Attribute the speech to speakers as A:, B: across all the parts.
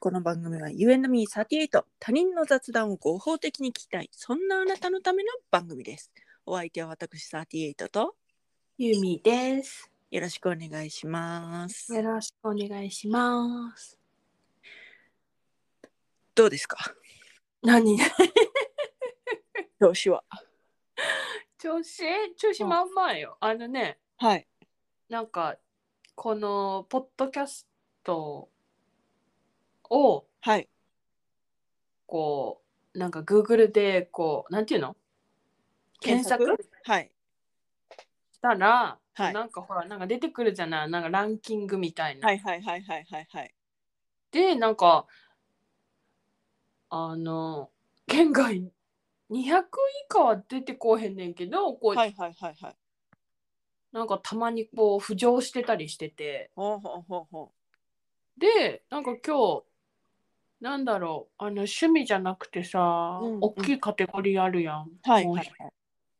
A: この番組は You and me38 他人の雑談を合法的に聞きたいそんなあなたのための番組ですお相手は私38と
B: ゆみです。
A: よろしくお願いします
B: よろしくお願いします。
A: どうですか
B: 何
A: 調子は
B: 調子調子まんまよ。あのね、
A: はい
B: なんかこのポッドキャストを
A: はい
B: こうなんか Google でこうなんていうの検索
A: はい
B: したら、
A: はい
B: なんかほらなんか出てくるじゃないなんかランキングみたいな。
A: はいはいはいはいはいはい
B: でなんかあの県外200以下は出てこうへんねんけどこう、
A: はいはいはいはい
B: なんかたまにこう浮上してたりしてて
A: ほうほうほうほ
B: でなんか今日なんだろうあの趣味じゃなくてさ、
A: うんうん
B: 大きいカテゴリーあるや
A: う
B: ん、
A: はい
B: もう
A: はいはい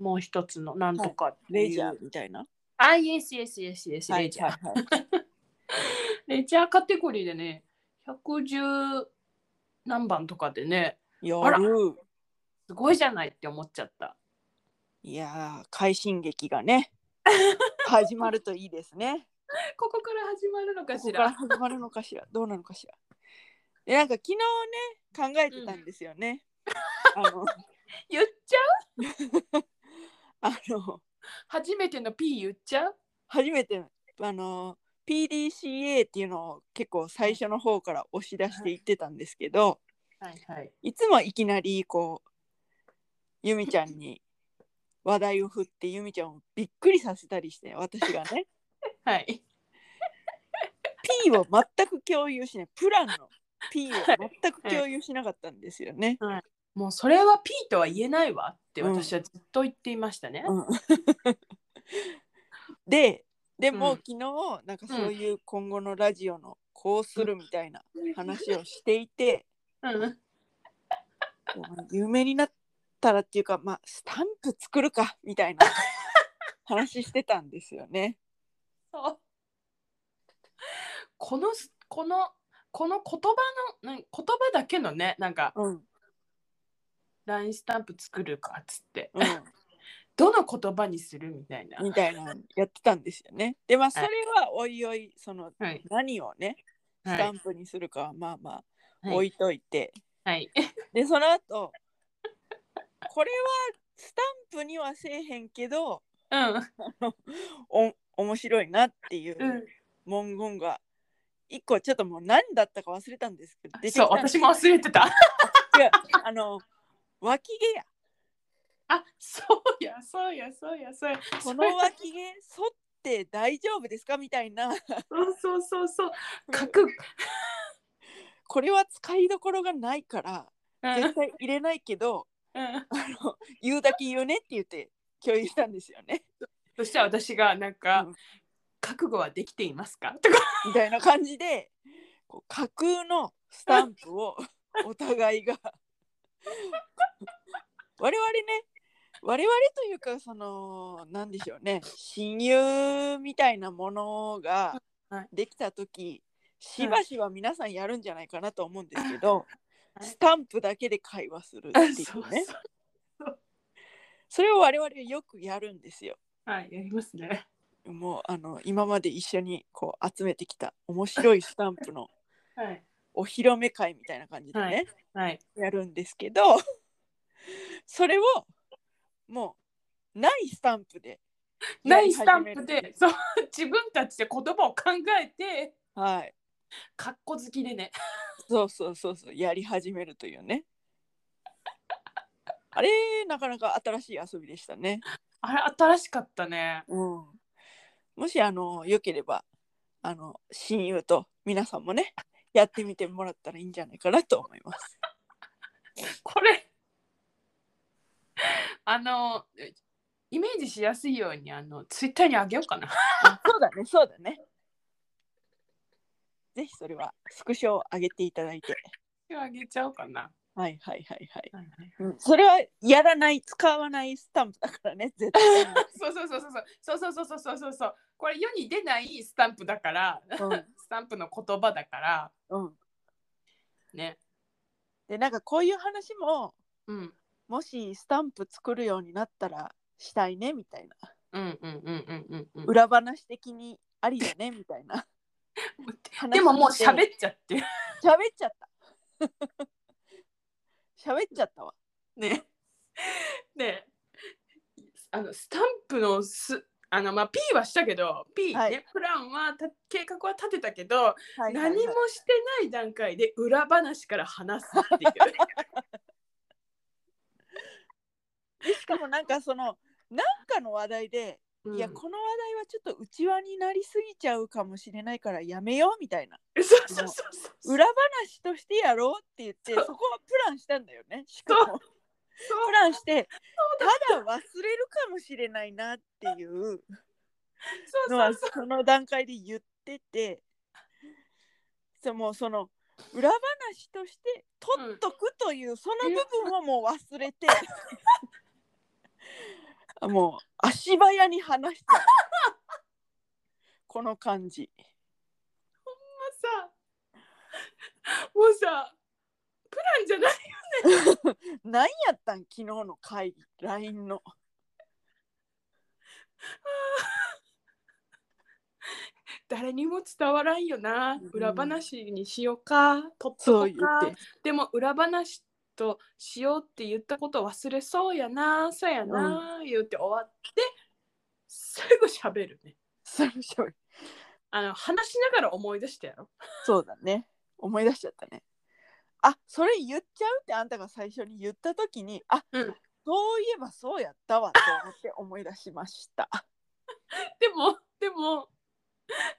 B: もう一つのなんとかっていう
A: レジャーみたいな
B: あイエスイエスイエスイエスレジャー、
A: はいはい
B: レジャーカテゴリーでね110何番とかでね
A: はいや
B: あ
A: る
B: すごいじゃないって思っちゃった
A: いやー快進撃が ね始まるといいですね
B: ここから始まるのか
A: ここ
B: し
A: から
B: ら
A: 始まるのかしらどうなのかしらでなんか昨日ね考えてたんですよね、あの
B: 言っちゃう
A: あの
B: 初めての P 言っちゃう
A: 初めてあの PDCA っていうのを結構最初の方から押し出していってたんですけど
B: はいはい
A: いつもいきなりこうゆみちゃんに話題を振ってゆみちゃんをびっくりさせたりして私がね
B: はい、
A: P を全く共有しないプランの P を全く共有しなかったんですよね。
B: もうそれは P とは言えないわって
A: うん
B: 私はずっと言っていましたね。
A: うんででも、
B: うん
A: 昨日なんかそういう今後のラジオのこうするみたいな話をしてい て、
B: うん
A: こう有名になったらっていうか、まあ、スタンプ作るかみたい な話してたんですよね。
B: そうこのすこのこの言葉のなん言葉だけのねなんか
A: うん
B: LINE スタンプ作るかっつって
A: う
B: どの言葉にするみたいな。
A: ん、みたいなのやってたんですよね。でまあそれはおいおいその
B: はい
A: 何をね
B: は
A: ス
B: い
A: タンプにするかはまあまあ
B: は
A: 置
B: い
A: いといて、
B: はい
A: でその後これはスタンプにはせえへんけどお面白いなっていう
B: うんうん
A: 文言が一個ちょっともう何だったか忘れたんですけど出てき
B: そう
A: たんです
B: 私も忘れて た。
A: 違うあの脇毛や
B: あそうやそうやそうやそうや。
A: この脇毛剃って大丈夫ですかみたいな
B: そうそうそうそう書く。
A: これは使いどころがないから
B: うん
A: 絶対入れないけど
B: うん
A: あの言うだけ言うねって言って共有したんですよね
B: そしたら私がなんか
A: うん
B: 「覚悟はできていますか?」とか
A: みたいな感じでこう架空のスタンプをお互いが 我々ね我々というかそのなんでしょうね親友みたいなものが
B: はい
A: できた時しばしば皆さんやるんじゃないかなと思うんですけど、スタンプだけで会話するっていうね
B: そ
A: そう
B: そう
A: れを我々はよくやるんですよ。
B: はい、やりますね。
A: もうあの今まで一緒にこう集めてきた面白いスタンプの
B: はい。
A: お披露目会みたいな感じでね、
B: はいはい。
A: やるんですけど それをもうないスタンプで
B: な
A: や
B: い
A: り
B: スタ
A: 始
B: ン
A: める
B: プで、そう、自分たちで言葉を考えて、
A: はい
B: かっこ好きでね。
A: そうそうそうそうやり始めるというね あれなかなか新しい遊びでしたね、
B: あれ、新しかったね。
A: うん、もしあのよければあの親友と皆さんもねやってみてもらったらいいんじゃないかなと思います
B: これ。あの、イメージしやすいように、あの、ツイッターにあげようかな。
A: あそうだねそうだねぜひそれはスクショを上げていただいて
B: あげちゃおうかな。
A: はいはいはいはい
B: はいはい
A: うんそれはやらない使わないスタンプだからね絶対に
B: そうそうそうそうそう、そうそうそうそうそうそう、これ世に出ないスタンプだから、スタンプの言葉だから。
A: うん、うん、
B: ね。
A: でなんかこういう話も
B: うん。
A: もしスタンプ作るようになったらしたいねみたいな
B: うんうんうんうんうんうん。
A: 裏話的にありだねみたいな
B: でももう喋
A: っ
B: っちゃってる。
A: 喋っちゃった 喋っちゃったわ
B: ね。 で、あのスタンプのすあのまあ P はしたけど P ね、
A: はい
B: プランはた計画は立てたけど、
A: はいはいはい
B: 何もしてない段階で裏話から話すっていう。
A: しかもなんかそのなんかの話題で、
B: うん
A: いやこの話題はちょっと内輪になりすぎちゃうかもしれないからやめようみたいな
B: そうそうそうそう。
A: 裏話としてやろうって言ってそこはプランしたんだよねしかも
B: そう
A: プランしてただ忘れるかもしれないなっていう
B: そ
A: の
B: うそう
A: はその段階で言っててそうもうその裏話として取っとくというその部分はもう忘れて もう足早に話したこの感じ
B: さもうさプランじゃない
A: 何やったん昨日の会議 LINE の
B: 誰にも伝わらんよな
A: うん
B: 裏話にしようか、とっ
A: そ
B: とこ
A: う
B: う
A: 言
B: か
A: って
B: でも裏話としようって言ったこと忘れそうやなそうやな、言って終わって最後喋るね
A: それしょ
B: あの話しながら思い出したやろ
A: そうだね思い出しちゃったねあそれ言っちゃうってあんたが最初に言った時にあ、
B: うん
A: そういえばそうやったわと思って思い出しました
B: でもでも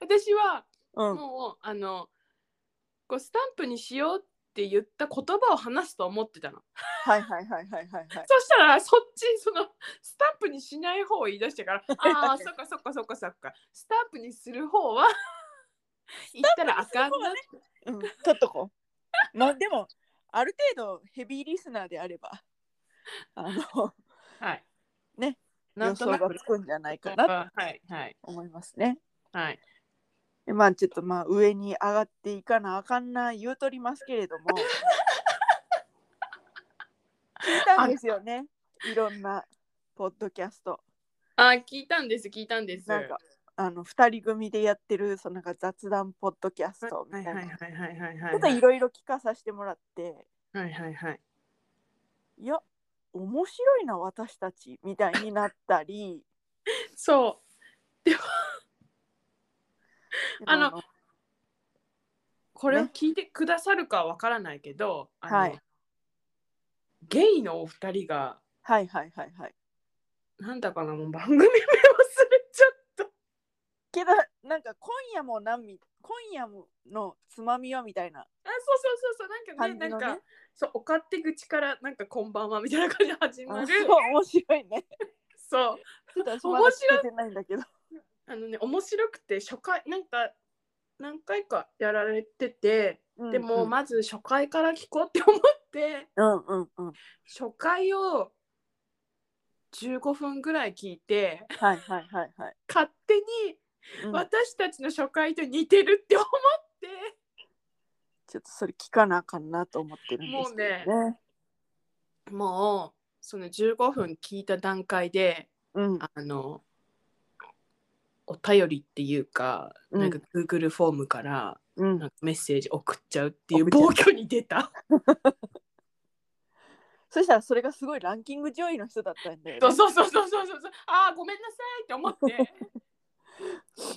B: 私は
A: うん
B: もうあのこうスタンプにしようって言った言葉を話すと思ってたの
A: はいはいはいはいはいはい。
B: そしたらそっちそのスタンプにしない方を言い 出してからああそっかそっかそっかそっかスタンプにする方は言ったらあかんな、
A: うん、取っとこう。まあでも、ある程度ヘビーリスナーであれば、あの、
B: はい
A: ね
B: なん
A: 予
B: と
A: 想
B: な
A: が
B: く
A: つくんじゃないかなと
B: あはいはい
A: 思いますね。
B: はい
A: でまあちょっとまあ上に上がっていかなあかんな言うとりますけれども、聞いたんですよね。いろんなポッドキャスト。
B: あ聞いたんです聞いたんです
A: なんか、あの、二人組でやってる、そのなんか雑談ポッドキャストみた
B: はい
A: い
B: は
A: な。
B: いはいはいはい
A: ちょっと
B: はい
A: いろいろ聞かさせてもらって、
B: はいはいはい
A: いや面白いな私たちみたいになったり
B: そう
A: でも
B: あのこれを
A: ね
B: 聞いてくださるかわからないけど、あの
A: はい
B: ゲイのお二人が
A: はいはいはいはい
B: なんだかなもう番組名忘れちゃった
A: けどなんか今夜も何み今夜ものつまみはみたいな
B: あそうそうそうそうなんかね
A: 感じのね
B: なんかそうお勝手口からなんかこんばんはみたいな感じで始ま
A: あ
B: る
A: そう面白いね
B: そう
A: ちょっと私まだ
B: 面白い
A: 聞けてないんだけど
B: あのね面白くて初回なんか何回かやられてて、でもまず初回から聞こうって思って
A: うんうんうん
B: 初回を15分ぐらい聞いて
A: はいはいはいはい、
B: 勝手に
A: うん
B: 私たちの初回と似てるって思って、
A: ちょっとそれ聞かなあかんなと思ってるんですけどね
B: もうその15分聞いた段階で
A: うん
B: あのお便りっていうか、
A: うん
B: なんか Google フォームから
A: うん
B: なんかメッセージ送っちゃうっていう
A: 送っちゃう
B: 暴挙に 出た。
A: そしたらそれがすごいランキング上位の人だったんだよ、ね、
B: そうそうそうそうそうそう。ああごめんなさいって思って。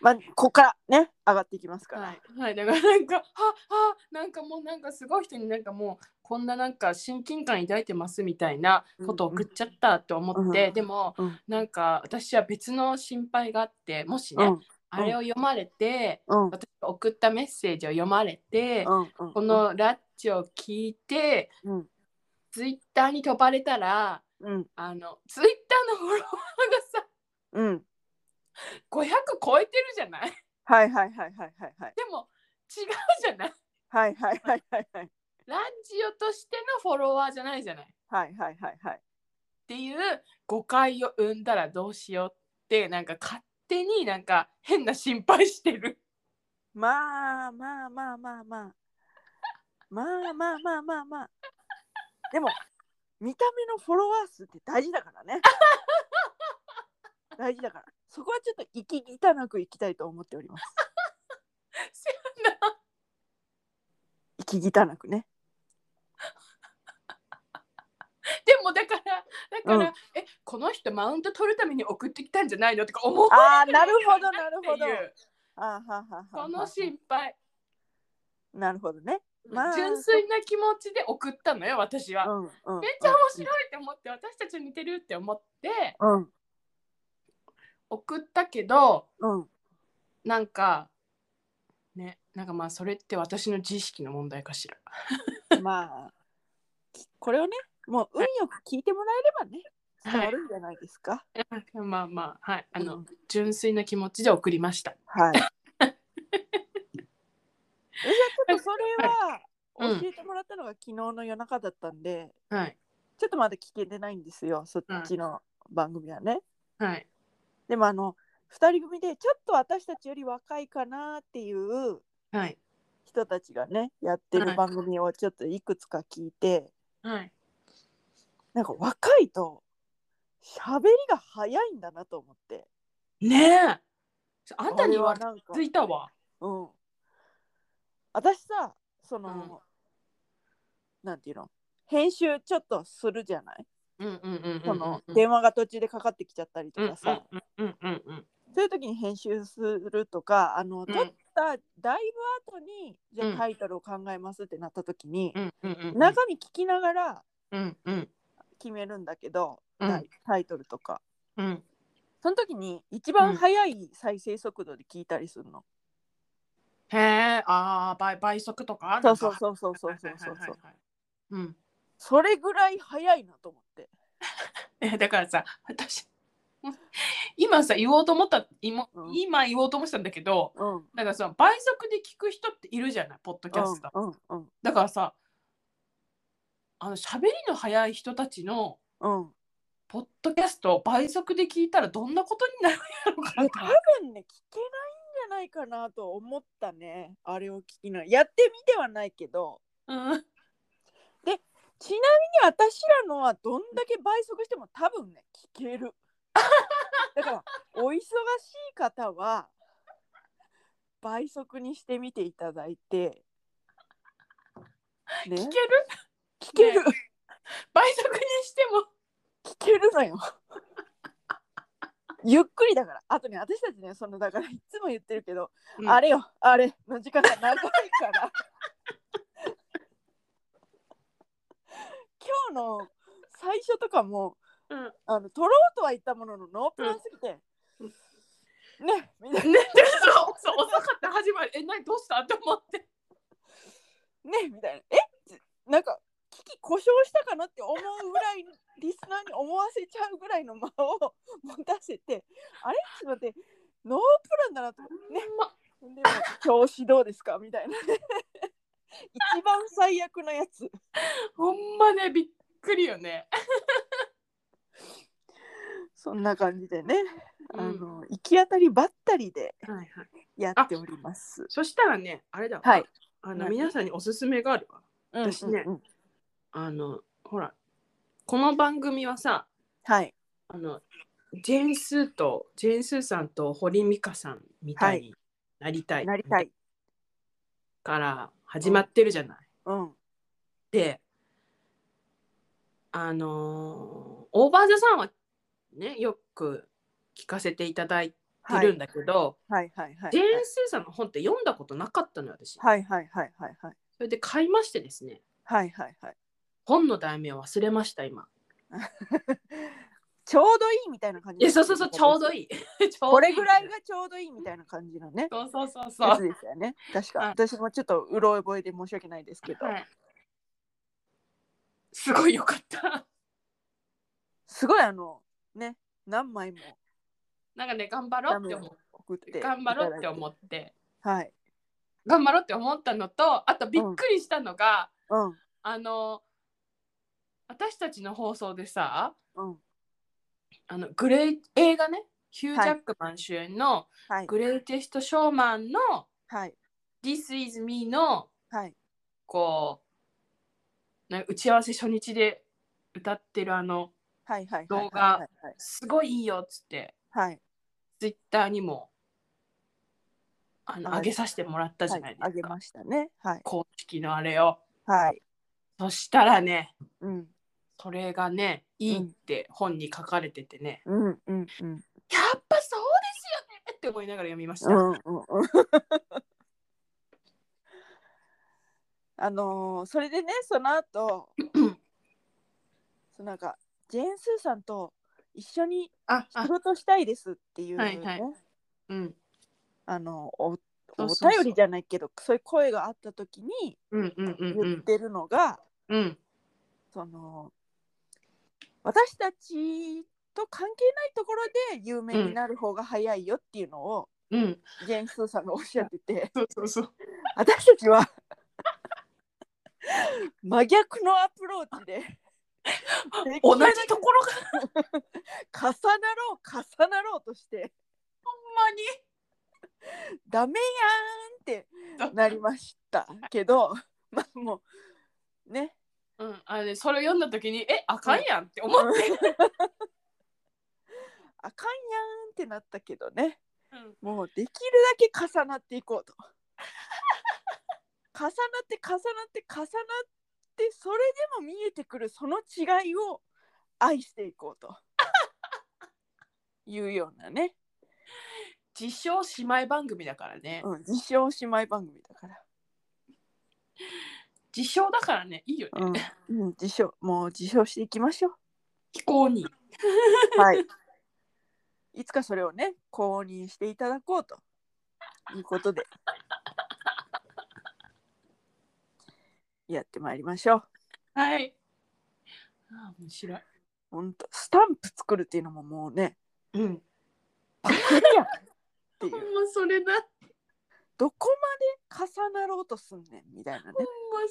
A: まあここからね上がっていきますから、
B: はい、はい、だからなんかああなんかもうなんかすごい人になんかもうこんななんか親近感抱いてますみたいなことを送っちゃったって思って、
A: うんうん
B: でも、
A: うん
B: なんか私は別の心配があってもし
A: う
B: ね、
A: ん
B: あれを読まれて、
A: うん
B: 私が送ったメッセージを読まれて、
A: うんうん
B: このラッチを聞いて、
A: うん
B: ツイッターに飛ばれたら
A: うん
B: あのツイッターのフォロワーがさ
A: うん
B: 500超えてるじゃない
A: はいはいはいはいはいはい
B: でも違うじゃない
A: はいはいはいはいはい
B: ラッチオとしてのフォロワーじゃないじゃないっ
A: はいはいはいはい
B: ていう誤解を生んだらどうしようってなんか勝手になんか変な心配してる
A: まあまあまあまあまあまあまあまあまあまあ。でも、見た目のフォロワー数って大事だからね。大事だから。そこはちょっと息汚くいきたいと思っております。息汚くね。
B: でもだからだから、
A: う
B: えこの人マウント取るために送ってきたんじゃないのとか思う
A: ああ、なるほど、なる
B: っ
A: ほ
B: て
A: ど。
B: いう
A: あーははは
B: この心配、
A: なるほどね。まあ
B: 純粋な気持ちで送ったのよ私は、
A: うんうんうん、
B: めっちゃ面白いって思って私たち似てるって思って
A: うん
B: 送ったけど
A: うん。
B: なんかねなんかまあそれって私の知識の問題かしら
A: まあ、きこれをね、もう運よく聞いてもらえればね、伝わるんじゃないですか。
B: まあまあはいあの、
A: うん
B: 純粋な気持ちで送りました
A: はい。じゃちょっとそれ
B: う
A: は
B: ん
A: 教えてもらったのが昨日の夜中だったんで、
B: はい
A: ちょっとまだ聞けてないんですよ、そっちの番組はね。
B: はい
A: でもあの、2人組でちょっと私たちより若いかなっていう
B: はい
A: 人たちがね、やって
B: はい
A: る番組をちょっといくつか聞いて、
B: はい
A: なんか若いと喋りが早いんだなと思って。
B: ねえあんたに言わ
A: これはなんか
B: ついたわ
A: うん。私さ、その、
B: うん
A: なんていうの編集ちょっとするじゃない、
B: うんうんうんうん
A: その電話が途中でかかってきちゃったりとかさ、
B: うんうんうん
A: そういう時に編集するとかあの
B: う
A: 撮
B: ん
A: っただいぶ後にじ
B: う
A: ゃ
B: ん
A: あタイトルを考えますってなった時に、
B: うんうんうん
A: 中身聞きながら
B: うんうん
A: 決めるんだけど、
B: うん
A: タイタイトルとか
B: うん
A: その時に一番速い再生速度で聞いたりするの。
B: へえあー倍倍速とか
A: そうそうそうそうそうそうそう
B: はいはいはいはいうん
A: それぐらい早いなと思って。
B: えだからさ私今さ言おうと思った今
A: うん
B: 今言おうと思ってたんだけど
A: うん。うん
B: なんかさ倍速で聞く人っているじゃないポッドキャスト、
A: うんうん
B: だからさあの喋りの早い人たちの
A: うん。
B: ポッドキャストを倍速で聞いたらどんなことになるんやろうか
A: い
B: な
A: や
B: と
A: 多分ね聞けないんじゃないかなと思ったねあれを聞きなやってみてはないけど
B: うん
A: ちなみに私らのはどんだけ倍速しても多分ね聞け るだからお忙しい方は倍速にしてみていただいて、ね、
B: 聞ける
A: 聞ける、
B: 倍速にしても
A: 聞ける のよゆっくりだからあとね私たちねそのだからいつも言ってるけどあ
B: れ
A: れよ、あれの時間が長いから。今日の最初とかも、
B: うん
A: あの撮ろうとは言ったもののノープランすぎて、ねみんなね
B: ねでそうそう遅かった始まりえ何どうしたと思って
A: みたいなえなんか機器故障したかなって思うぐらいリスナーに思わせちゃうぐらいの間を持たせてあれちょっと待ってノープランだなと思ってねでも調子どうですかみたいな一番最悪のやつ
B: ほんまねびっくりよね
A: そんな感じでね、
B: うん
A: あの行き当たりばったりで
B: はいはい
A: やっております。
B: そしたらねあれだわ
A: はい
B: あの
A: 何
B: 皆さんにおすすめがあるわ私ね
A: うんうんうん
B: あのほらこの番組はさ
A: はい。
B: あのジェーンスーとジェーンスーさんと堀美香さんみたいになりたい
A: なりたい。
B: から始まってるじゃない。
A: うん。
B: であのーオーバーザさんはねよく聞かせていただいて
A: はい。
B: るんだけど、
A: はいはいはい。
B: ジェーン・スーさんの本って読んだことなかったのよ私。
A: はいはいはいはいはい。
B: それで買いましてですね
A: はいはいはい。
B: 本の題名を忘れました今。
A: ちょうどいいみたいな感じ。
B: いやそうそうそう ちょうど
A: い。
B: いい。 ちょうど
A: これぐらいがちょうどいいみたいな感じのね。
B: そうそうそうそう。
A: やつですよね。確か
B: はい
A: 私もちょっとうろ覚えで申し訳ないですけど、
B: はい、すごいよかった。
A: すごいあのね何枚も
B: なんかね頑張ろうって思っ
A: 送っていた
B: て
A: だい
B: 頑張ろうって思って
A: はい。
B: 頑張ろうって思ったのとあとびっくりしたのが、
A: うん
B: あの私たちの放送でさ
A: うん
B: あのグレイ映画ねヒュー・
A: はい
B: ジャックマン主演の
A: は
B: 「
A: い
B: グレイテスト・ショーマン」の
A: はい
B: 「This is Me」の
A: はい
B: こうなんか打ち合わせ初日で歌ってるあの
A: はいはいはい
B: 動画
A: はいはい
B: すごいいいよっつって
A: はい
B: ツイッターにもあの
A: はい
B: 上げさせてもらったじ
A: は
B: ゃ
A: い
B: ないで
A: あ
B: す
A: げ
B: か、
A: ましたねはい
B: 公式のあれを
A: はい
B: そしたらね
A: うん
B: それがねいいって本に書かれててね、
A: うんうんうん
B: やっぱそうですよねって思いながら読みました、
A: うん うんうんあのーそれでねその 後そのなんかジェーン・スーさんと一緒に
B: あ
A: 仕
B: あ
A: 事したいですっていう、ね
B: はいはいうん
A: あのお
B: そ
A: お
B: うそうそう
A: 便りじゃないけどそういう声があった時に
B: うんうんうんう
A: 言っ
B: ん
A: てるのが、
B: うん
A: その私たちと関係ないところで有名になる方が早いよっていうのを、
B: うん
A: ジェーン・スーさんがおっしゃってて
B: そうそうそう
A: 私たちは真逆のアプローチ で
B: 同じところが
A: 重なろう重なろうとして
B: ほんまに
A: ダメやーんってなりましたけど まあもうね
B: うん、あれそれを読んだ時にえあかんやんって思って、
A: あかんやんってなったけどね
B: うん
A: もうできるだけ重なっていこうと重なって重なって重なってそれでも見えてくるその違いを愛していこうというような ね、
B: 自称姉妹番組だからね、
A: うん、自称姉妹番組だから、
B: 自称だからねいいよね、
A: うん、うん自称もう自称していきましょう
B: 非公認
A: はい。 いつかそれをね、公認していただこうということで、やってまいりましょう。
B: はいあ面白い
A: ほんと、スタンプ作るっていうのももうね、
B: うん
A: バカやんってい
B: ほんま
A: う。
B: それだほんま
A: どこまで重なろうとすんねんみたいなね。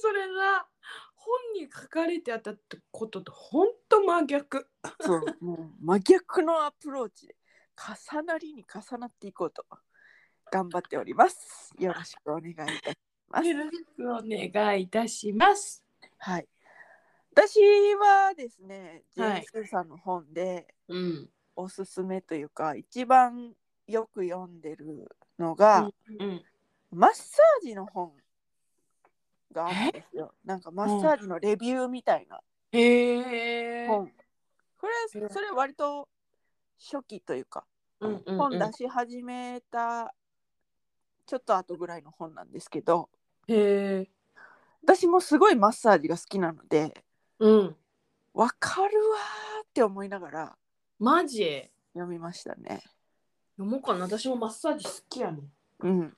B: それだ本に書かれてあったってこととほんと真逆
A: そう、もう真逆のアプローチで、重なりに重なっていこうと頑張っております。よろしくお願いいたします。
B: よろしくお願いいたします
A: はい。私はですね、ジェー
B: は
A: ン
B: い・
A: スーさんの本で
B: うん
A: おすすめというか、一番よく読んでるのが、
B: うん
A: マッサージの本があるんですよ。なんかマッサージのレビューみたいな
B: へえ
A: 本。こ
B: う
A: れ
B: ん
A: それ割と初期というか、
B: うんうん
A: 本出し始めたちょっと後ぐらいの本なんですけど、
B: へえ
A: 私もすごいマッサージが好きなので、
B: うん
A: わかるわーって思いながら
B: マジ
A: 読みましたね。
B: 読もうかな私もマッサージ好きやねん
A: うん、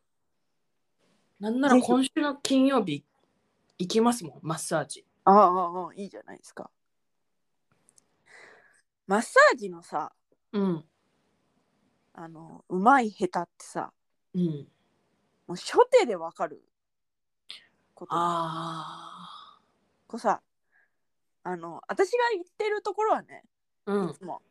B: なんな
A: ぜ
B: ら
A: ひ
B: 今週の金曜日行きますもんマッサージ
A: ああああいいじゃないですか。マッサージのさ
B: うん
A: あのうまい下手ってさ
B: うん
A: もう初手でわかること
B: あ
A: こうさあの私が行ってるところはね
B: あう
A: い
B: ん
A: つも、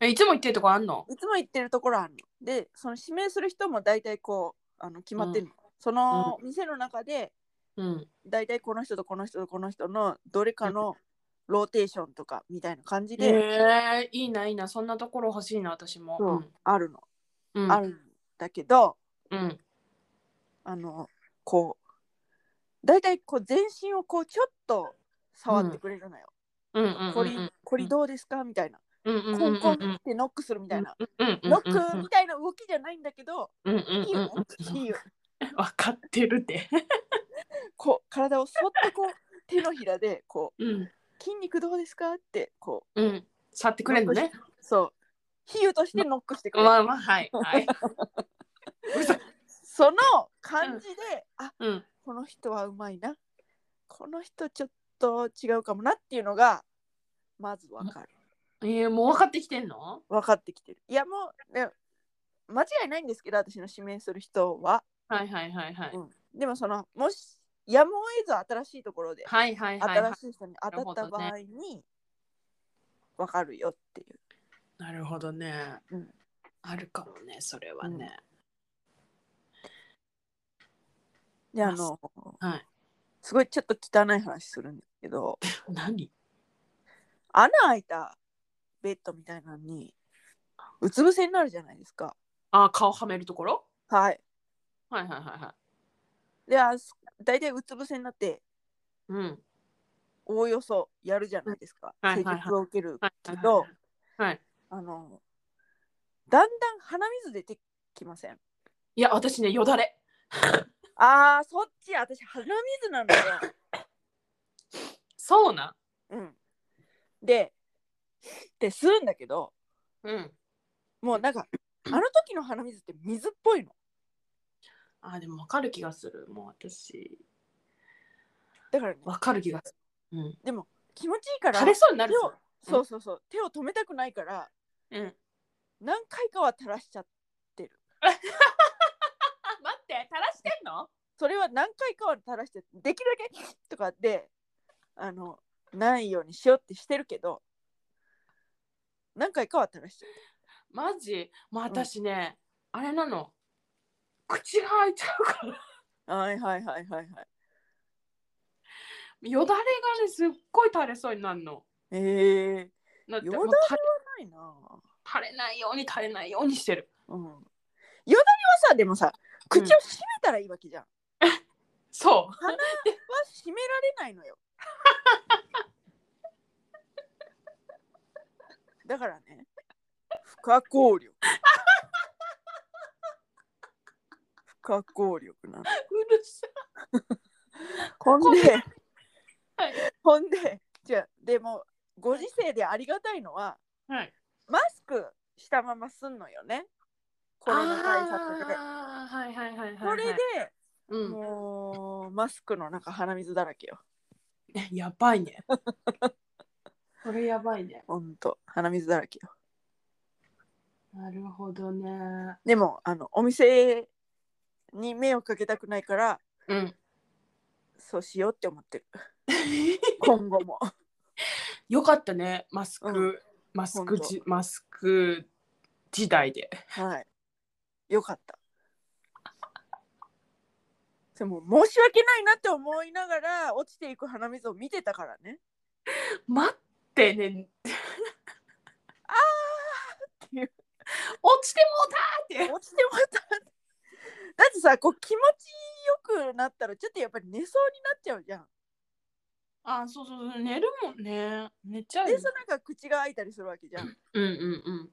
B: えいつも行ってるとこあんの
A: いつも行ってるところはあるの。でその指名する人も大体こうあの決まってるの。その店の中で
B: うん
A: 大体この人とこの人とこの人のどれかのローテーションとかみたいな感じ
B: へ
A: で、
B: えいいないいなそんなところ欲しいな私も
A: そうあるの、
B: うん
A: あるんだけど、
B: うん
A: あのこうだいたいこう全身をこうちょっと触ってくれるのよ。
B: うんうんうん
A: こりこりどうですかみたいな。
B: うんうん
A: コ
B: うん
A: ンコンってノックするみたいな。
B: うんうん
A: ノックみたいな動きじゃないんだけど、
B: うんうん
A: いい
B: うんう
A: よ
B: んう
A: い
B: ん
A: いよ。
B: 分かってるって
A: こう体をそっとこう手のひらでこ
B: うん
A: う筋肉どうですかってこ
B: うん触って
A: う
B: くれるの
A: ノッ
B: ね
A: クしそう。比喩としてノックしてくれる。
B: まあまあはいはい嘘
A: その感じで、あ
B: うん
A: この人はうまいな。この人ちょっと違うかもなっていうのがまずわかる。
B: えー、もう分かってきてんの
A: 分かってきてる。いやもう、ね、間違いないんですけど私の指名する人は。
B: はいはいはいはい
A: うん、でもそのもしやむを得ず新しいところで
B: はいはいはいはい
A: 新しい人に当たった場合に分かるよっていう。
B: なるほどね。
A: うん
B: あるかもね、それはね。
A: であの、
B: はい
A: すごいちょっと汚い話するんだけど
B: 何
A: 穴開いたベッドみたいなのにうつ伏せになるじゃないですか
B: あー顔はめるところ
A: はい
B: はいはいはいはい。
A: であそ大体うつ伏せになって
B: うん。
A: おおよそやるじゃないですか、
B: はいはいはい
A: 施術を受ける
B: はい
A: けど
B: はい。
A: あのだんだん鼻水出てきません
B: いや、私ね、よだれ。
A: あーそっち私鼻水なのよ、
B: そうな
A: うん、でで吸うんだけど
B: ん。うん。
A: もうなんかあの時の鼻水って水っぽいの
B: あー、でもわかる気がする。もう私、
A: だからね
B: わかる気がする。うん。
A: 気持ちいいから
B: 垂れそうになる
A: 手を
B: ぞ。
A: そうそうそう手を止めたくないから
B: うん。
A: 何回かは垂らしちゃっ
B: あ、待って、垂らしてんの
A: それは何回かは垂らしてできるだけとかであのないようにしようってしてるけど何回かは垂らしちゃ
B: マジまあ
A: うん
B: 私ね、あれなの。口が開いちゃうから。
A: うはいはいはいはいはい
B: よだれがね、すっごい垂れそうになるの。
A: えー、
B: だって
A: よだ
B: もう
A: れ
B: 垂れ
A: ないなあ
B: 垂れないように垂れないようにしてる。
A: うんよだれはさでもさ口を閉めたらいいわけじゃん、
B: そう。
A: は閉められないのよ だからね不可抗力不可抗力なの
B: うるさ
A: ほんで
B: はい。
A: ほんでじゃあでもご時世でありがたいのはい
B: はい。
A: マスクしたまますんのよねコロナ対策で。
B: あーはいはいはいはい、はい。
A: これで、
B: うん、
A: もうマスクの中鼻水だらけよ。
B: やばい ね。これやばいね。
A: ほんと鼻水だらけよ。
B: なるほどね。
A: でもあのお店に迷惑かけたくないから
B: うん。
A: そうしようって思ってる今後も。
B: よかったね。マスク、
A: うん
B: マスクじ、マスク時代で。
A: はい。よかった。でも申し訳ないなって思いながら落ちていく鼻水を見てたからね。
B: 待って ね。あーっていう。落ちてもうたーって。
A: 落ちてまた。だってさこう気持ちよくなったらちょっとやっぱり寝そうになっちゃうじゃん。
B: あー、そうそうそう。寝るもんね。寝ちゃうよ
A: で。さなんか口が開いたりするわけじゃん。も
B: うんうんうん。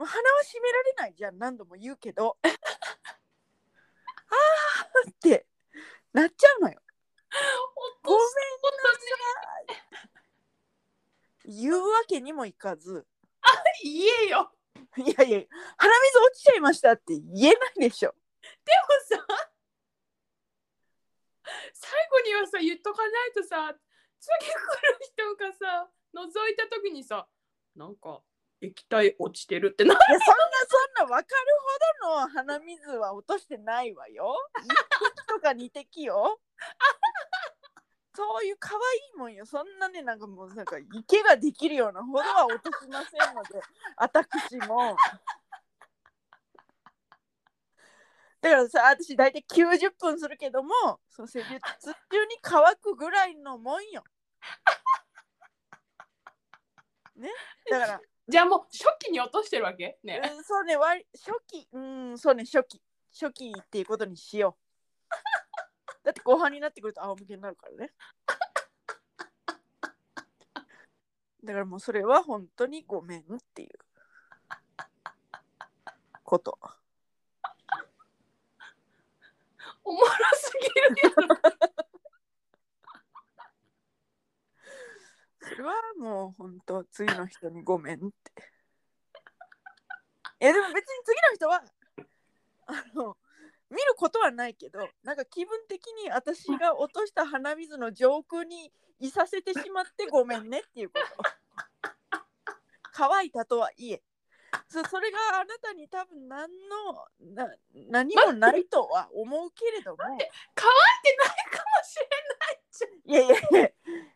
A: う鼻は閉められないじゃん何度も言うけど。あーってなっちゃうのよ。
B: 落とし
A: 言うわけにもいかず。
B: て言えよ。
A: いやいや鼻水落ちちゃいましたって言えないでしょ。
B: さ最後にはさ言っとかないとさ次来る人がさ覗いた時にさなんか液体落ちてるってな い
A: やそんなそんな分かるほどの鼻水は落としてないわよ。一滴とか二滴よ。そういう可愛いもんよ。そんなねなんかもうなんか池ができるようなほどは落としませんので、私も。だからさ私大体90分するけどもその施術中に乾くぐらいのもんよ。ねだから
B: じゃあもう初期に落としてるわけね
A: うん、そうね、割り初期、うん、そうね、初期、初期っていうことにしよう。だって後半になってくると仰向けになるからね。だからもうそれは本当にごめんっていうこと。
B: おもろすぎる
A: それはもう本当次の人にごめんって。えでも別に次の人はあの見ることはないけどなんか気分的に私が落とした鼻水の上空にいさせてしまってごめんねっていうこと。乾いたとはいえそそれがあなたに多分何のな何もないとは思うけれども
B: かもし
A: いやいやいや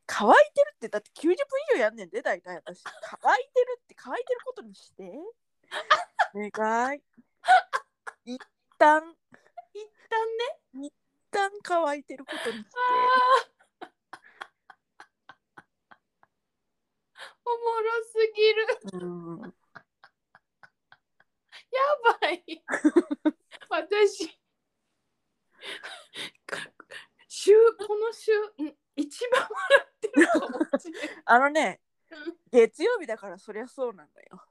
A: 乾いてるってだって90分以上やんねんで大体私乾いてるって乾いてることにしてお願い一旦
B: れない一旦ね
A: 一旦乾いてることにして
B: あもろすぎる。
A: うん
B: やばい。私、週、この週、ん一番笑ってるかもしれない
A: あのね
B: うん、
A: 月曜日だからそりゃそうなんだよ。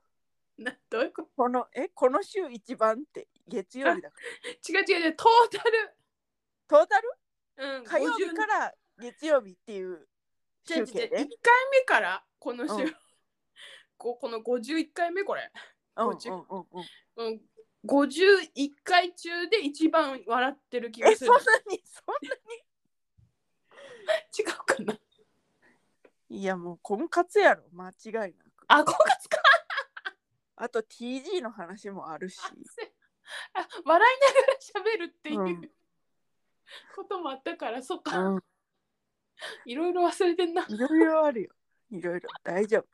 B: な。どういうこと
A: この、え、この週一番って月曜日だか
B: 違う違う違う、トータル。
A: ら。トータル
B: うん、
A: 火曜日
B: 50
A: から月曜日っていう
B: 違う違
A: 集
B: う
A: 計
B: 1回
A: ね。
B: 目からこの週、
A: うん
B: ここの51回目これ、
A: うんうん
B: 違う
A: うんうん
B: うん、51回中で一番笑ってる気が
A: え、
B: す
A: そ
B: る
A: んなにそん
B: 違うかな
A: ないやもう婚活やろ、間違いなく。
B: あここがつか
A: あと TG の話もあるし。
B: あ笑いながら喋るっていう、
A: うん
B: こともあったからそっか、
A: うん
B: いろいろ忘れてんない
A: ろいろあるよ。いろいろ大丈夫。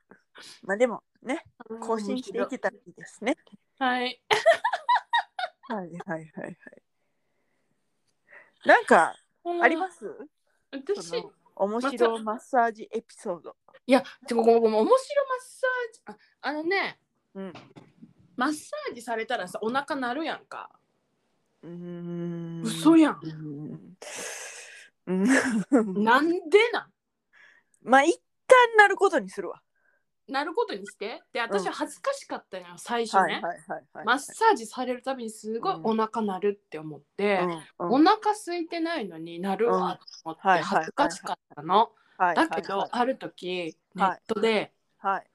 A: まあでもね、更新していけたらいいですね。
B: はい
A: はいはいはいはい。なんか あります
B: うん
A: そ
B: 私
A: の面白マッサージエピソード。
B: いやちょごめんごめん面白マッサージああのね
A: うん。
B: マッサージされたらさお腹なるやんか
A: うーん
B: 嘘やん、
A: うんうん。
B: なんでなん
A: まあ一旦なることにするわ。
B: なることにしてで私は恥ずかしかったのよ、最初
A: は
B: ね、
A: いはいはいはい。
B: マッサージされるたびにすごいお腹なるって思っ
A: う
B: て、
A: んうん
B: お腹空いてないのになるわと思って
A: うんはいはいはい
B: 恥ずかしかったの、
A: はいはいはい
B: だけど、ある時ネ
A: はい
B: ットで
A: はい。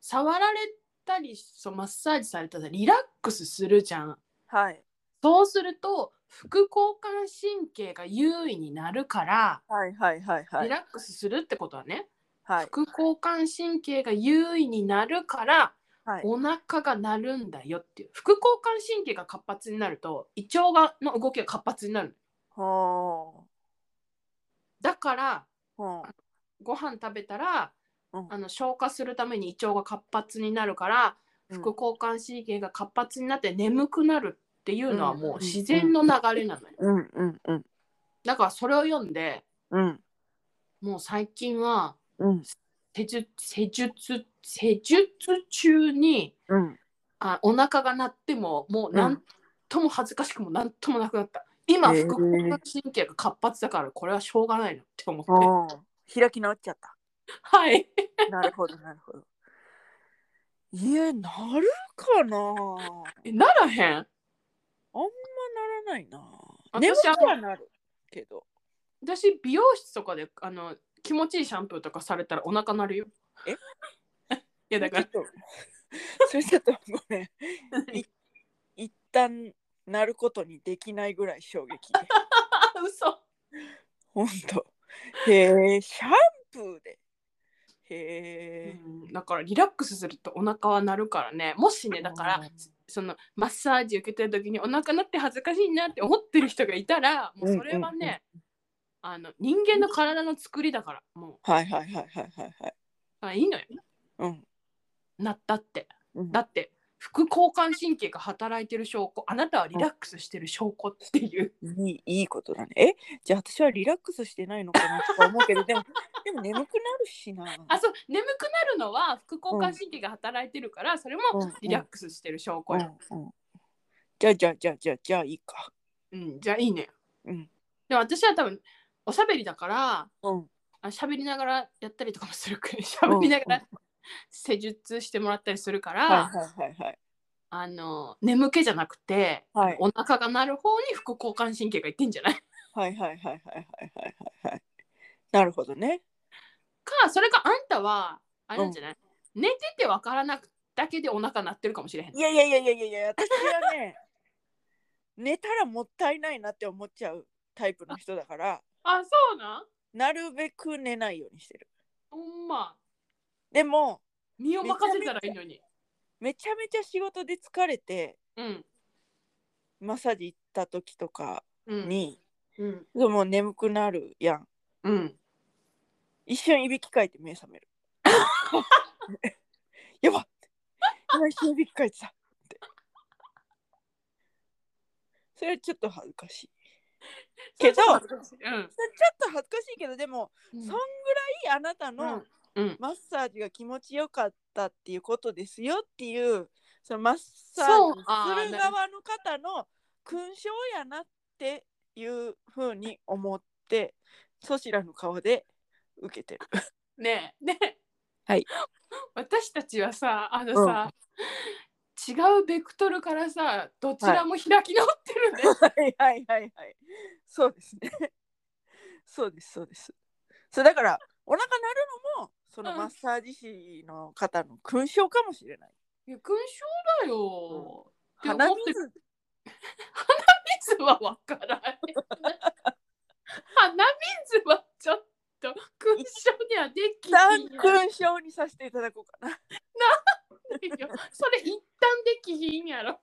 B: 触られたりそうマッサージされたらリラックスするじゃん
A: はい
B: そうすると副交感神経が優位になるから、
A: はいはいはいは
B: リ
A: い。
B: ラックスするってことはね、
A: はい
B: 副交感神経が優位になるから
A: はい。
B: お腹が鳴るんだよっていう副交感神経が活発になると胃腸がの動きが活発になる
A: ほ
B: だから
A: うほう
B: ご飯食べたら、
A: うん
B: あの消化するために胃腸が活発になるから
A: うん
B: 副交感神経が活発になって眠くなるっていうのはもう自然の流れなのよ、
A: うんうんうん
B: だからそれを読んで
A: うん
B: もう最近は
A: うん
B: 施術施術施術中に
A: うん。
B: あお腹が鳴ってももうなんとも恥ずかしくもなんともなくなった今
A: へー
B: 副交感神経が活発だからこれはしょうがないなって思って、
A: おー開き直っちゃった。
B: はい
A: なるほど、なるほど。いや、なるかなあんま
B: えならへん
A: ならないな。眠
B: 私
A: くはなるけど。
B: 私美容室とかであの気持ちいいシャンプーとかされたらお腹鳴るよ
A: え
B: いやだから
A: ちょっとそれちょっとご めん。一旦なることにできないぐらい衝撃。
B: あ嘘
A: ほんと。へえ、シャンプーで。へえ。
B: うんだからリラックスするとお腹は鳴るからねもしねだから
A: うん
B: そのマッサージ受けてる時にお腹鳴って恥ずかしいなって思ってる人がいたらもうそれは
A: うんうんうん
B: ね、あの人間の体の作りだからも
A: はいはいはいはいはいはい。
B: うあいいのよ
A: うん。
B: 鳴ったって
A: うん
B: だって副交感神経が働いてる証拠あなたはリラックスしてる証拠っていう、
A: いいいいことだね。えじゃあ私はリラックスしてないのかなとか思うけど、でも、 でも眠くなるしな。
B: あそう眠くなるのは副交感神経が働いてるから、それも
A: うんうん
B: リラックスしてる証拠よ、
A: うんうん、じゃあじゃあじゃあじゃあじゃあいいか。
B: うんじゃあいいね
A: うん。
B: でも私は多分おしゃべりだから
A: うん。
B: あ喋りながらやったりとかもするく喋りなが
A: う
B: ら施術してもらったりするから、
A: はいはいはいはい。
B: あの眠気じゃなくて、
A: はい
B: お腹が鳴る方に副交感神経がいってんじゃない
A: はいはいはいはいはいはいはいはい。なるほどね。
B: かそれかあんたはあれなんじゃない、寝ててわからなくだけでお腹鳴ってるかもしれへん
A: いやいやいやいやいやいや私はね 寝たらもったいないなって思っちゃうタイプの人だから
B: あそうなん
A: なるべく寝ないようにしてる。
B: ほんま
A: でも
B: 身を任せたらいいのに
A: めちゃめちゃ仕事で疲れて
B: うん
A: マッサージ行った時とか
B: うん
A: に、
B: うん
A: もう眠くなるやん。
B: うん
A: 一瞬いびきかいて目覚め る。やばっ今一瞬いびきかいてたって。それはちょっと恥ずかしい。けど
B: そうそうそううん
A: ちょっと恥ずかしいけどでも、
B: うん
A: そんぐらいあなたの
B: うんうん
A: マッサージが気持ちよかったっていうことですよっていうそのマッサージ
B: そうあー
A: する側の方の勲章やなっていうふうに思ってそちらの顔で受けてる。
B: ねえねえ
A: はい
B: 私たちはさあのさ、違うベクトルからさどちらも開き直ってるね、
A: はいはいはいはい。そうですね。そうですそうです。そうだからお腹鳴るのもその
B: うん
A: マッサージ師の方の勲章かもしれない。
B: いや勲章だよ、って思
A: 鼻
B: って
A: 水
B: 水はわからない。鼻水はちょっと勲章にはでき
A: 一
B: な
A: 旦
B: い
A: 勲章にさせていただこうかな。
B: よ。それ一旦できひんやろ。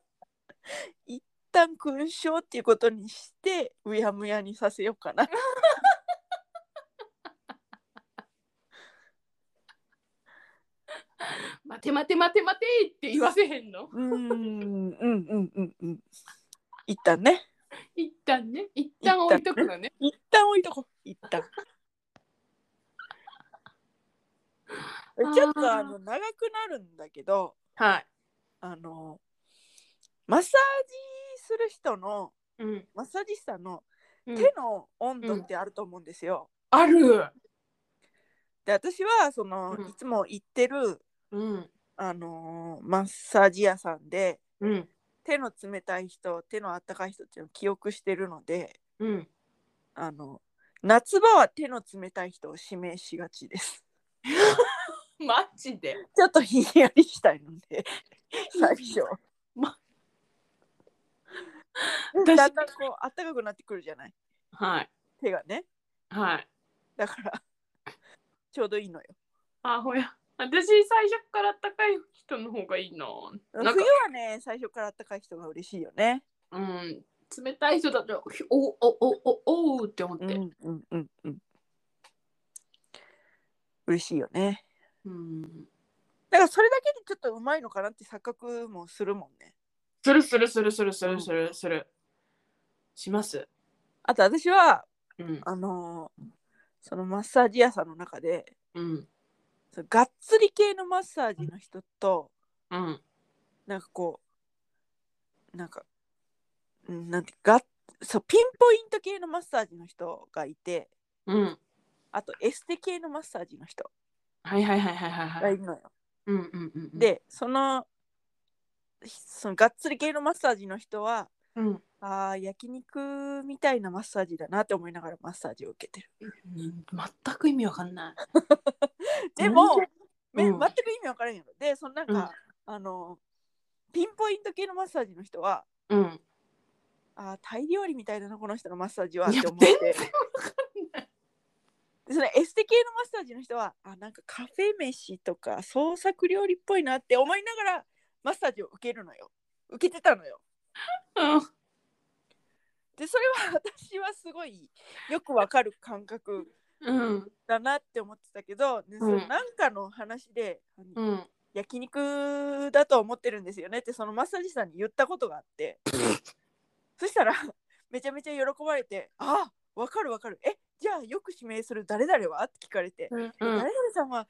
A: 一旦勲章っていうことにしてうやむやにさせようかな。
B: 待て待て待て待てって言わせへんの。
A: うーんうんうんうんうん。一旦ね。
B: 一旦ね、一旦置いとくのね。
A: 一旦置いとこう。一旦。
B: ー
A: ちょっとあの長くなるんだけど、
B: はい。
A: あのマッサージする人の
B: うん。
A: マッサージ師さんの
B: うん
A: 手の温度ってあると思うんですよ。
B: ある。
A: で私はその、
B: うん
A: いつも行ってる
B: うん。
A: あのーマッサージ屋さんで
B: うん。
A: 手の冷たい人手のあったかい人っていうのを記憶してるので
B: うん。
A: あの夏場は手の冷たい人を指名しがちです。
B: マジで。
A: ちょっとひんやりしたいの で最初。
B: ま
A: だんだんこうあったかくなってくるじゃない
B: はい。
A: 手がね
B: はい。
A: だからちょうどいいのよ。
B: あほや。私最初から高い人の方がいいな。
A: 冬
B: なんか
A: はね最初からあったかい人が嬉しいよね。
B: うん、冷たい人だとひおおおおおうって思っ
A: う
B: て、
A: んうんうんうん。嬉しいよね。
B: うん、
A: だからそれだけでちょっとうまいのかなって錯覚もするもんね。
B: するするするするするするするします、
A: あと私は
B: うん
A: あのーそのマッサージ屋さんの中で
B: うん
A: そのがっつり系のマッサージの人と
B: うん、
A: なんかこうなんかうんなんてがそうピンポイント系のマッサージの人がいて
B: うん、
A: あとエステ系のマッサージの人
B: はいはいはいはいはいは
A: がい
B: い、
A: るのよ。
B: うんうんうんうん、
A: でそのそのがっつり系のマッサージの人は
B: うん、
A: あー焼肉みたいなマッサージだなって思いながらマッサージを受けてる。
B: うん全く意味わかんない
A: でも、め全
B: う
A: く
B: ん
A: 意味わからんやろ。で、そのなんか、あの、ピンポイント系のマッサージの人は、
B: うん
A: あータイ料理みたいだな、この人のマッサージはっ
B: いや
A: て思って。でそのエステ系のマッサージの人はあなんかカフェ飯とか創作料理っぽいなって思いながらマッサージを受けるのよ受けてたのよ
B: うん
A: でそれは私はすごいよくわかる感覚
B: うん
A: だなって思ってたけど、でそのなんかの話で、
B: うん
A: 焼肉だと思ってるんですよねってそのマッサージ師さんに言ったことがあってそしたら めちゃめちゃ喜ばれて「ああわかるわかるえじゃあよく指名する誰々は?」って聞かれて「
B: うん
A: 誰々さんは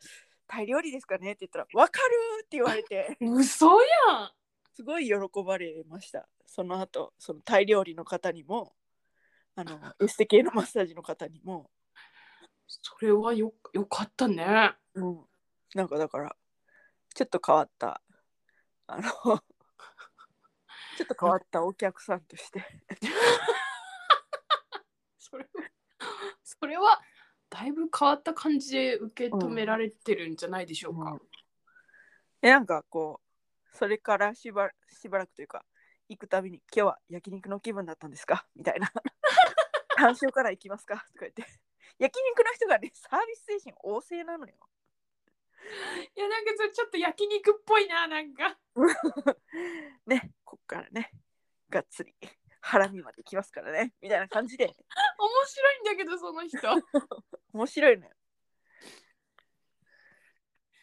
A: タイ料理ですかね?」って言ったら「わかる!」って言われて
B: うん嘘やん
A: すごい喜ばれましたその後そのタイ料理の方にもあのエステ系のマッサージの方にも、
B: それはよよかったね
A: うん、なんかだからちょっと変わったあの ちょっと変わったお客さんとして
B: それはそれはだいぶ変わった感じで受け止められてるんじゃないでしょうか、
A: でなんかこうそれからしばしばらくというか行くたびに「今日は焼肉の気分だったんですか?」 みたいな 「単勝から行きますか?」とか言って焼肉の人がねサービス精神旺盛なのよ
B: いやなんかそれちょっと焼肉っぽいななんか
A: ねこっからねがっつりハラミまで来ますからねみたいな感じで
B: 面白いんだけどその人
A: 面白いのよ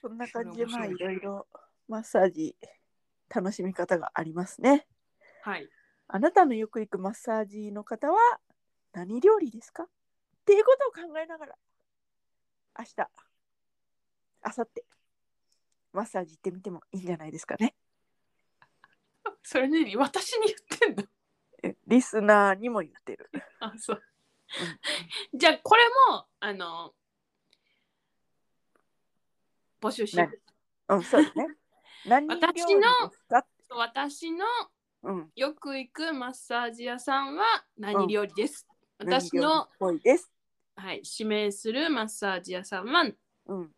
A: そんな感じで
B: それ
A: まあ
B: 面
A: い
B: 白
A: ろ
B: い
A: いろマッサージ楽しみ方がありますね
B: はい
A: あなたのよく行くマッサージの方は何料理ですかっていうことを考えながら明日あさってマッサージ行ってみてもいいんじゃないですかね
B: それね私に言ってんの
A: えリスナーにも言ってる
B: あそう、じゃあこれもあの募集しよう
A: 何うんそうですね 何人
B: 私
A: 料理
B: の
A: ですか
B: 私の
A: うん
B: よく行くマッサージ屋さんは何料理です、私
A: 何料理
B: の
A: っ、ぽいです
B: はい、指名するマッサージ屋さんは
A: うん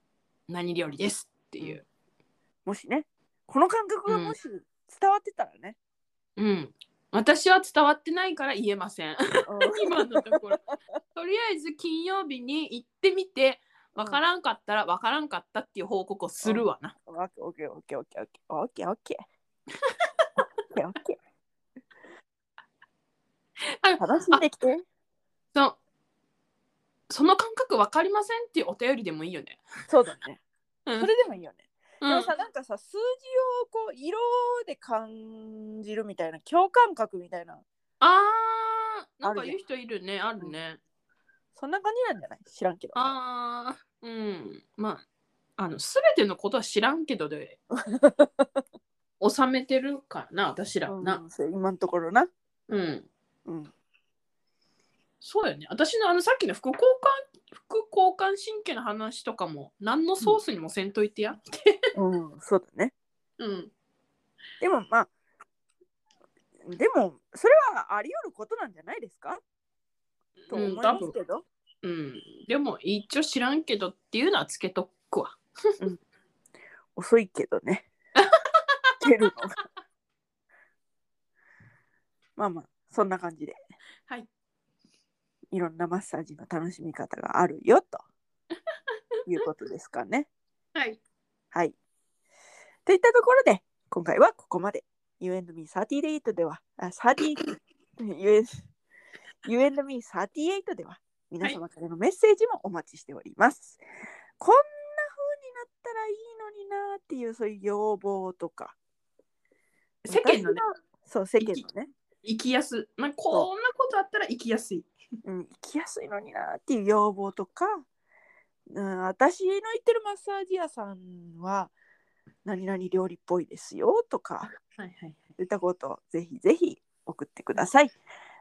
B: 何料理ですっていう、
A: もしねこの感覚がもし伝わってたら ね、
B: うん、私は伝わってないから言えま せん
A: うん
B: 今のところとりあえず金曜日に行ってみてわからんかったらわからんかったっていう報告をするわな、
A: オッケーオッケーオッケーオッケーオッケーオッ ケーオッケー
B: あ
A: 楽しんできて
B: そのその感覚わかりませんっていうお便りでもいいよね、
A: そうだね
B: うん
A: それでもいいよね、
B: うん
A: でもさなんかさ数字をこう色で感じるみたいな共感覚みたいな
B: あーなんか
A: あるじゃん
B: 言う人いるねあるね、
A: そんな感じなんじゃない知らんけど
B: あーうんまああの全てのことは知らんけど で収めてるからな私らはな
A: うん、そう今のところな、
B: うん、
A: うん、
B: そうよね私のあのさっきの副交換副交感神経の話とかも何のソースにもせんといてや
A: うん、そうだね
B: うん
A: でもまあでもそれはあり得ることなんじゃないですかと
B: う
A: 思い
B: ん多
A: ます
B: 分
A: けど、
B: うんでも一応知らんけどっていうのはつけとくわ
A: 遅いけど ね蹴るのがまあまあそんな感じで
B: はい
A: いろんなマッサージの楽しみ方があるよということですかね。
B: はい
A: はい。といったところで、今回はここまで。You and me38 では、あ、30 You and- You and me38 では、皆様からのメッセージもお待ちしております。こんな風になったらいいのになーっていう、そういう要望とか、
B: 世間のね
A: そう、世間のね、
B: 生きやすまあこんなことあったら生きやすい
A: うん、行きやすいのになーっていう要望とか、うん、私の行ってるマッサージ屋さんは、何々料理っぽいですよとか、
B: はいはい
A: 歌ことをぜひぜひ送ってください。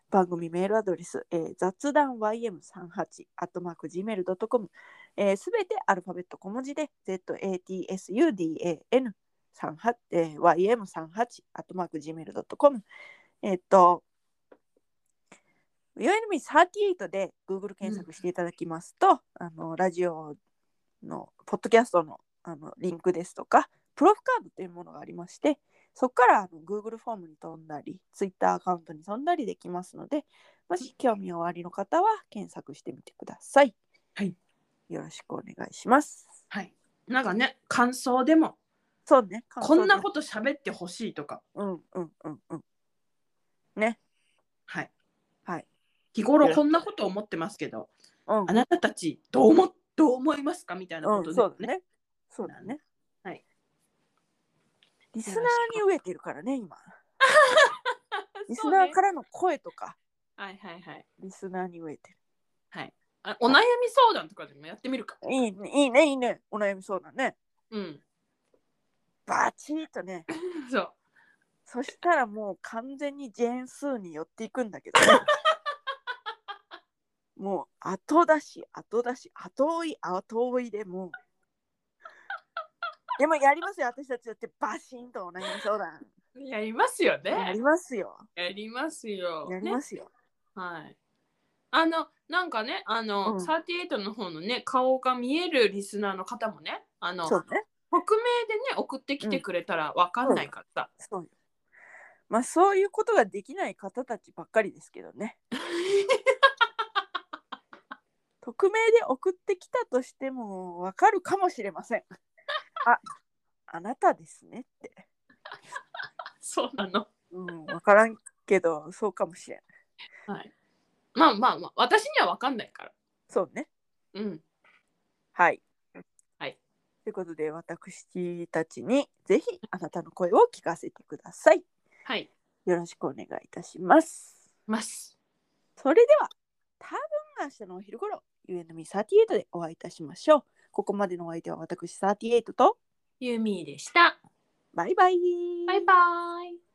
A: 番組メールアドレス、えー雑談 ym38-gmail.com えーすべ、てアルファベット小文字で zatsudan38、えー ym38-gmail.com えーっと UNM38 で Google 検索していただきますと、あのラジオのポッドキャストのあのリンクですとかプロフカードというものがありましてそこからあの Google フォームに飛んだり、Twitter アカウントに飛んだりできますので、もし興味おありの方は検索してみてください。
B: はい。
A: よろしくお願いします。
B: はいなんかね感想でも
A: そうね。
B: こんな
A: と。
B: こと喋ってほしいとか、
A: うんうんうんうん。
B: はい
A: はい。
B: 日頃こんなこと思ってますけど、
A: うん
B: あなたたちどう思どう思いますかみたいなこ
A: う
B: と
A: ん、
B: で
A: そ
B: も
A: うだね。そうだね。
B: はい。
A: リスナーに飢えてるからね、今。リス
B: そう
A: ナ
B: ね
A: ーからの声とか、
B: はいはいはい
A: リスナーに飢えてる。
B: はいあ。お悩み相談とかでもやってみるか。
A: いいね、いいね、いいね。お悩みそうだね。
B: うん。
A: バチーとね。
B: そう。
A: そしたらもう完全にジェーン・スーに寄っていくんだけど、 ね、もう後出し後出し後追い後追いでもうでもやりますよ私たちだってバシンとお悩み相談
B: やりますよ
A: や
B: ね
A: り。ますよ
B: やりますよ。
A: やり
B: ね、
A: ますよ、
B: はい。あの、なんかね、あの、
A: うん
B: 38の方のね、顔が見えるリスナーの方もね、あの、
A: そうね
B: 匿名でね、送ってきてくれたらわかんないからさ。
A: そうよまあそういうことができない方たちばっかりですけど ね匿名で送ってきたとしてもわかるかもしれませんああなたですねって
B: そうなの。
A: うん、分からんけど、そうかもしれん。
B: はい。まあまあまあ、私にはわかんないから。
A: そうね。
B: うん。
A: はい。
B: はい。
A: ということで、私たちにぜひあなたの声を聞かせてください。
B: はい。
A: よろしくお願いいたします。
B: ます。
A: それでは、多分明日のお昼頃、ゆえのみ38でお会いいたしましょう。ここまでのお相手は私38と
B: ユミでした。
A: バイバイ。
B: バイバイ。